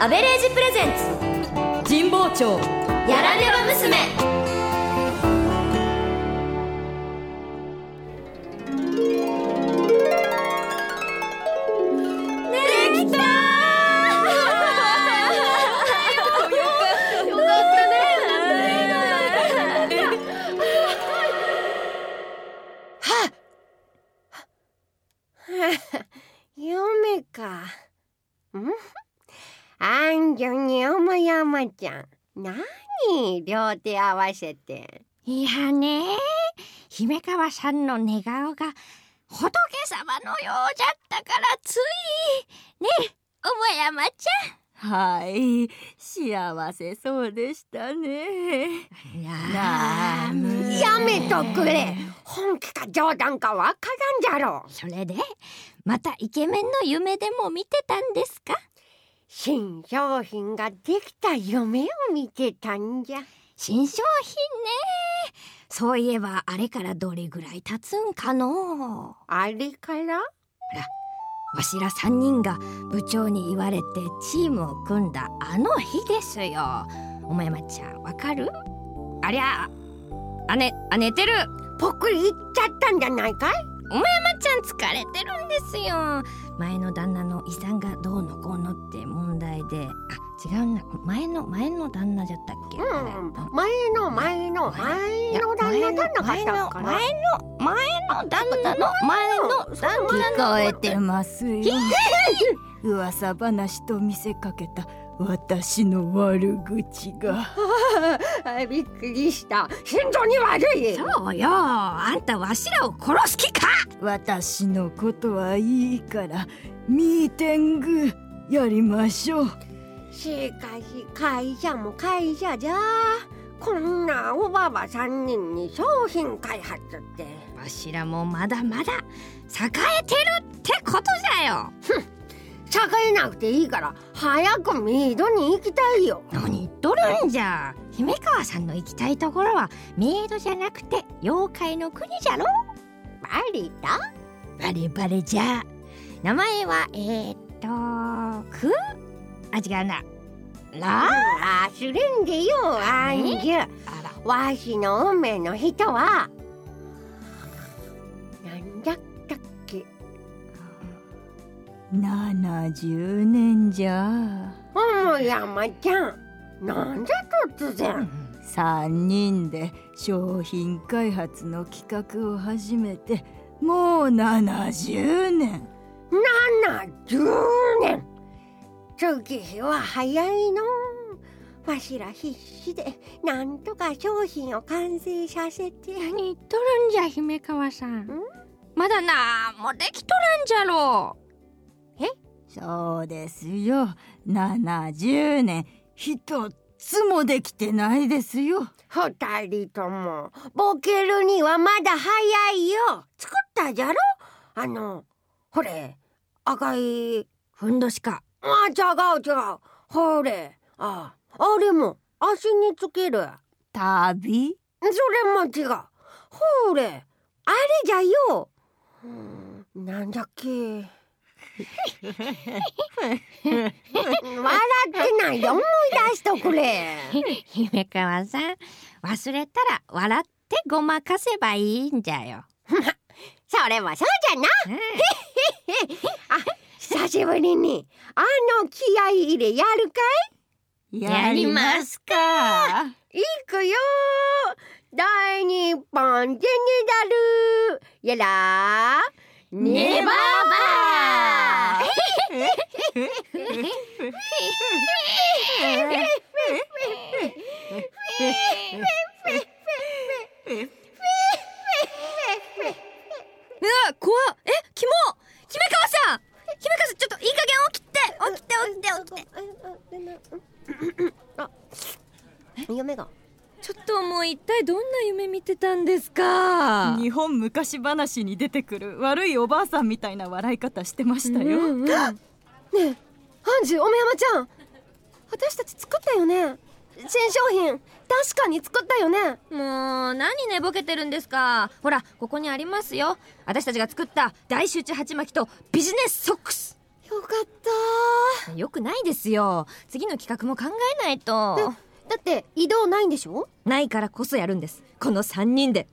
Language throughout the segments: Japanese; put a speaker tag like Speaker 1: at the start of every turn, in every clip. Speaker 1: アベレージプレゼンツ神保町やらねば娘できたよかったね
Speaker 2: 夢か。んあんぎょにおもやまちゃん。なに両手合わせて。
Speaker 3: いやね姫川さんの寝顔が仏様のようじゃったからついねえおもやまちゃんはい幸せそうでしたねラム
Speaker 2: やめとくれ本気か冗談かわからんじゃろう。
Speaker 3: それでまたイケメンの夢でも見てたんですか
Speaker 2: 新商品ができた夢を見てたんじゃ。
Speaker 3: 新商品ねそういえばあれからどれぐらい経つんかのう
Speaker 2: あれから
Speaker 3: わしら3人が部長に言われてチームを組んだあの日ですよお前まちゃんわかるありゃあねあ寝てる
Speaker 2: ぽっくりいっちゃったんじゃないかい
Speaker 3: まっちゃん疲れてるんですよ前の旦那の遺産がどうのこうのって問題であ違うな前の前の旦那じゃったっけ、あれ
Speaker 2: うん。前の前の
Speaker 3: い
Speaker 2: 前
Speaker 3: や
Speaker 2: の旦那旦那
Speaker 3: 前
Speaker 2: かった
Speaker 3: の
Speaker 2: か
Speaker 3: 前
Speaker 2: ら。
Speaker 3: の前の旦那の前の旦那の
Speaker 4: 聞こえてますよ 噂話と見せかけた私の悪口が
Speaker 2: あびっくりした。心臓に悪い。
Speaker 3: そうよあんたわしらを殺す気か
Speaker 4: 私のことはいいからミーティングやりましょう
Speaker 2: しかし会社も会社じゃこんなおばば3人に商品開発って
Speaker 3: わしらもまだまだ栄えてるってことじゃよ
Speaker 2: 栄えなくていいから早くメイドに行きたいよ
Speaker 3: 何言っとるんじゃ姫川さんの行きたいところはメイドじゃなくて妖怪の国じゃろ
Speaker 2: バリだ
Speaker 3: バレバレじゃ名前はえー、っとくあ違うなら
Speaker 2: あ忘れんでよあんじゅ
Speaker 3: あら
Speaker 2: わしの運命の人はなんだったっけ
Speaker 4: 70年じゃ
Speaker 2: おもやまちゃんなんで突然
Speaker 4: 3人で商品開発の企画を始めてもう70年
Speaker 2: 70年月日は早いのわしら必死でなんとか商品を完成させて
Speaker 3: 何言っとるんじゃ姫川さんまだなもできとらんじゃろ
Speaker 4: そうですよ70年一つもできてないですよ
Speaker 2: 二人ともボケるにはまだ早いよ作ったじゃろあのほれ赤い
Speaker 3: ふんどしか
Speaker 2: あ違う違うほれああれも足につける
Speaker 4: 旅
Speaker 2: それも違うほれあれじゃようんなんだっけ笑ってないで思い出しとくれ
Speaker 3: 姫川さん忘れたら笑ってごまかせばいいんじゃよ。
Speaker 2: それもそうじゃな久しぶりにあの気合い入れやるか
Speaker 3: やります
Speaker 4: か
Speaker 2: いいくよ大日本ジェネラルやら
Speaker 3: ネバーバ
Speaker 2: ー
Speaker 3: うわ怖っえキモ姫川さん姫川さんちょっといい加減起きて起きて起きて起きて
Speaker 2: 夢が
Speaker 3: ちょっともう一体どんな夢見てたんですか
Speaker 4: 日本昔話に出てくる悪いおばあさんみたいな笑い方してましたよ、
Speaker 5: ねえハンジおめやまちゃん私たち作ったよね新商品確かに作ったよね
Speaker 3: もう何寝ぼけてるんですかほらここにありますよ私たちが作った大集中鉢巻きとビジネスソックス
Speaker 5: えよかった
Speaker 3: よくないですよ次の企画も考えないと
Speaker 5: だって移動ないんでしょ
Speaker 3: ないからこそやるんですこの3人で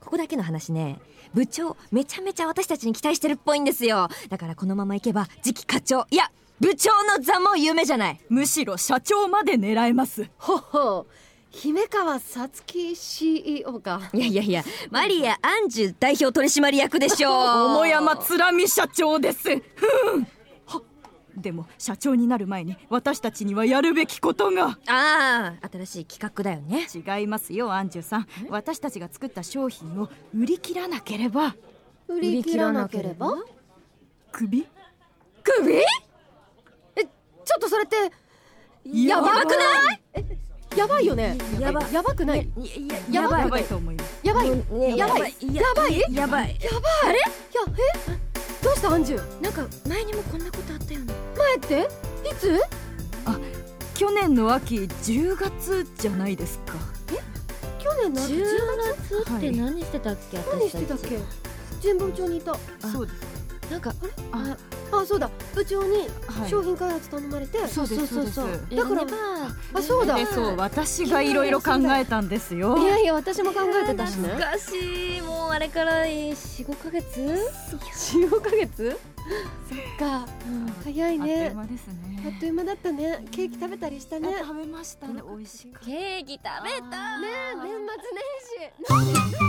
Speaker 3: ここだけの話ね部長めちゃめちゃ私たちに期待してるっぽいんですよだからこのままいけば次期課長いや部長の座も夢じゃない
Speaker 4: むしろ社長まで狙えます
Speaker 5: ほほ姫川さつき CEO が
Speaker 3: いやいやいやマリア・アンジュ代表取締役でし ょう
Speaker 4: 桃山つらみ社長ですふんはでも社長になる前に私たちにはやるべきことが
Speaker 3: ああ新しい企画だよね
Speaker 4: 違いますよアンジュさん私たちが作った商品を売り切らなければ
Speaker 5: 売
Speaker 3: り切らなければ
Speaker 4: 首
Speaker 3: 首
Speaker 5: ちょっとそれって
Speaker 4: やば
Speaker 3: くない
Speaker 5: やばいよね
Speaker 3: やばい
Speaker 5: やばくない
Speaker 3: いや
Speaker 5: やばい
Speaker 4: やばいと思います
Speaker 5: やばいやばい
Speaker 3: や
Speaker 5: やば
Speaker 3: ば
Speaker 5: い
Speaker 3: いやばいやばい
Speaker 5: あれいやえどうしたアンジュ
Speaker 3: なんか前にもこんなことあったよね
Speaker 5: 前っていつ
Speaker 4: 去年の秋10月じゃないですか
Speaker 5: 去年の
Speaker 6: 10月って何してたっけ、
Speaker 5: 何
Speaker 6: 私
Speaker 5: したて
Speaker 6: ち
Speaker 5: たっけ神保町にいた
Speaker 4: そうです
Speaker 6: なんか
Speaker 5: あそうだ部長に
Speaker 4: はい
Speaker 5: 商品開発頼まれて、
Speaker 4: そうですそうです
Speaker 5: だから
Speaker 6: やれば
Speaker 5: あそうだ
Speaker 4: でそう私がいろいろ考えたんですよ
Speaker 5: いやいや私も考えてたしね
Speaker 6: 懐かしいもうあれから45ヶ月
Speaker 5: 45ヶ月そっか早
Speaker 4: あ
Speaker 5: い
Speaker 4: っという
Speaker 5: ね
Speaker 4: 間ですね
Speaker 5: あっという間だったねケーキ食べたりしたねね
Speaker 4: 食べましたね美味しかった
Speaker 6: ケーキ食べた
Speaker 5: 年末年始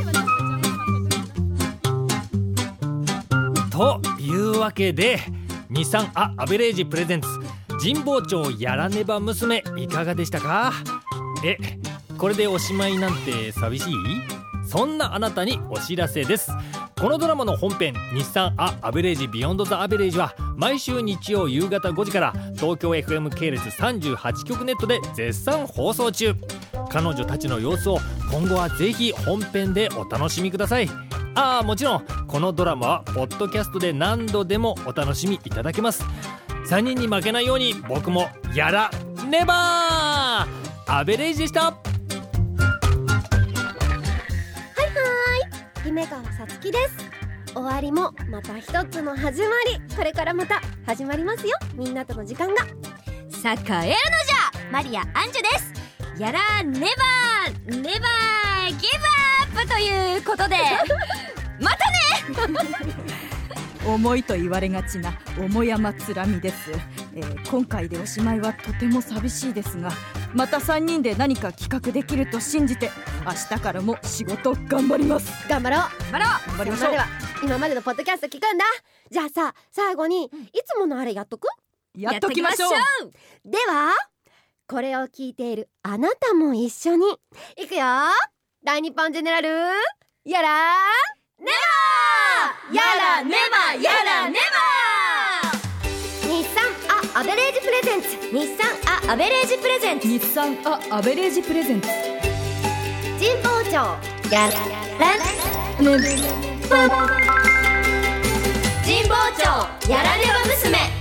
Speaker 7: というわけで23あアベレージプレゼンツ神保町やらねば娘いかがでしたかえこれでおしまいなんて寂しいそんなあなたにお知らせですこのドラマの本編「日産ア・アベレージ・ビヨンド・ザ・アベレージ」は毎週日曜夕方5時から東京 FM 系列38局ネットで絶賛放送中彼女たちの様子を今後はぜひ本編でお楽しみくださいああもちろんこのドラマはポッドキャストで何度でもお楽しみいただけます3人に負けないように僕もやらねばーアベレージでした
Speaker 5: 姫川さつきです終わりもまた一つの始まりこれからまた始まりますよみんなとの時間が
Speaker 3: さかえるのじゃマリア・アンジュですやらねばねばギブアップということで またね
Speaker 4: 重いと言われがちな重山つらみです、えー今回でおしまいはとても寂しいですがまた3人で何か企画できると信じて明日からも仕事頑張ります
Speaker 5: 頑張ろう
Speaker 3: バロ
Speaker 4: 頑張りま
Speaker 5: 今ま
Speaker 4: しょう
Speaker 5: では今までのポッドキャスト聞くんだじゃあさ最後にいつものあれやっとく
Speaker 4: やっときましょう
Speaker 5: ではこれを聞いているあなたも一緒にいくよ大日本ジェネラルやらねばやらねばやらねば日産アアベレージプレゼンツ
Speaker 3: 日産ア・アベレージプレゼンツ
Speaker 4: 日産あアベレージプレゼンツ
Speaker 5: 神保町やらね
Speaker 3: 神保町やらねば娘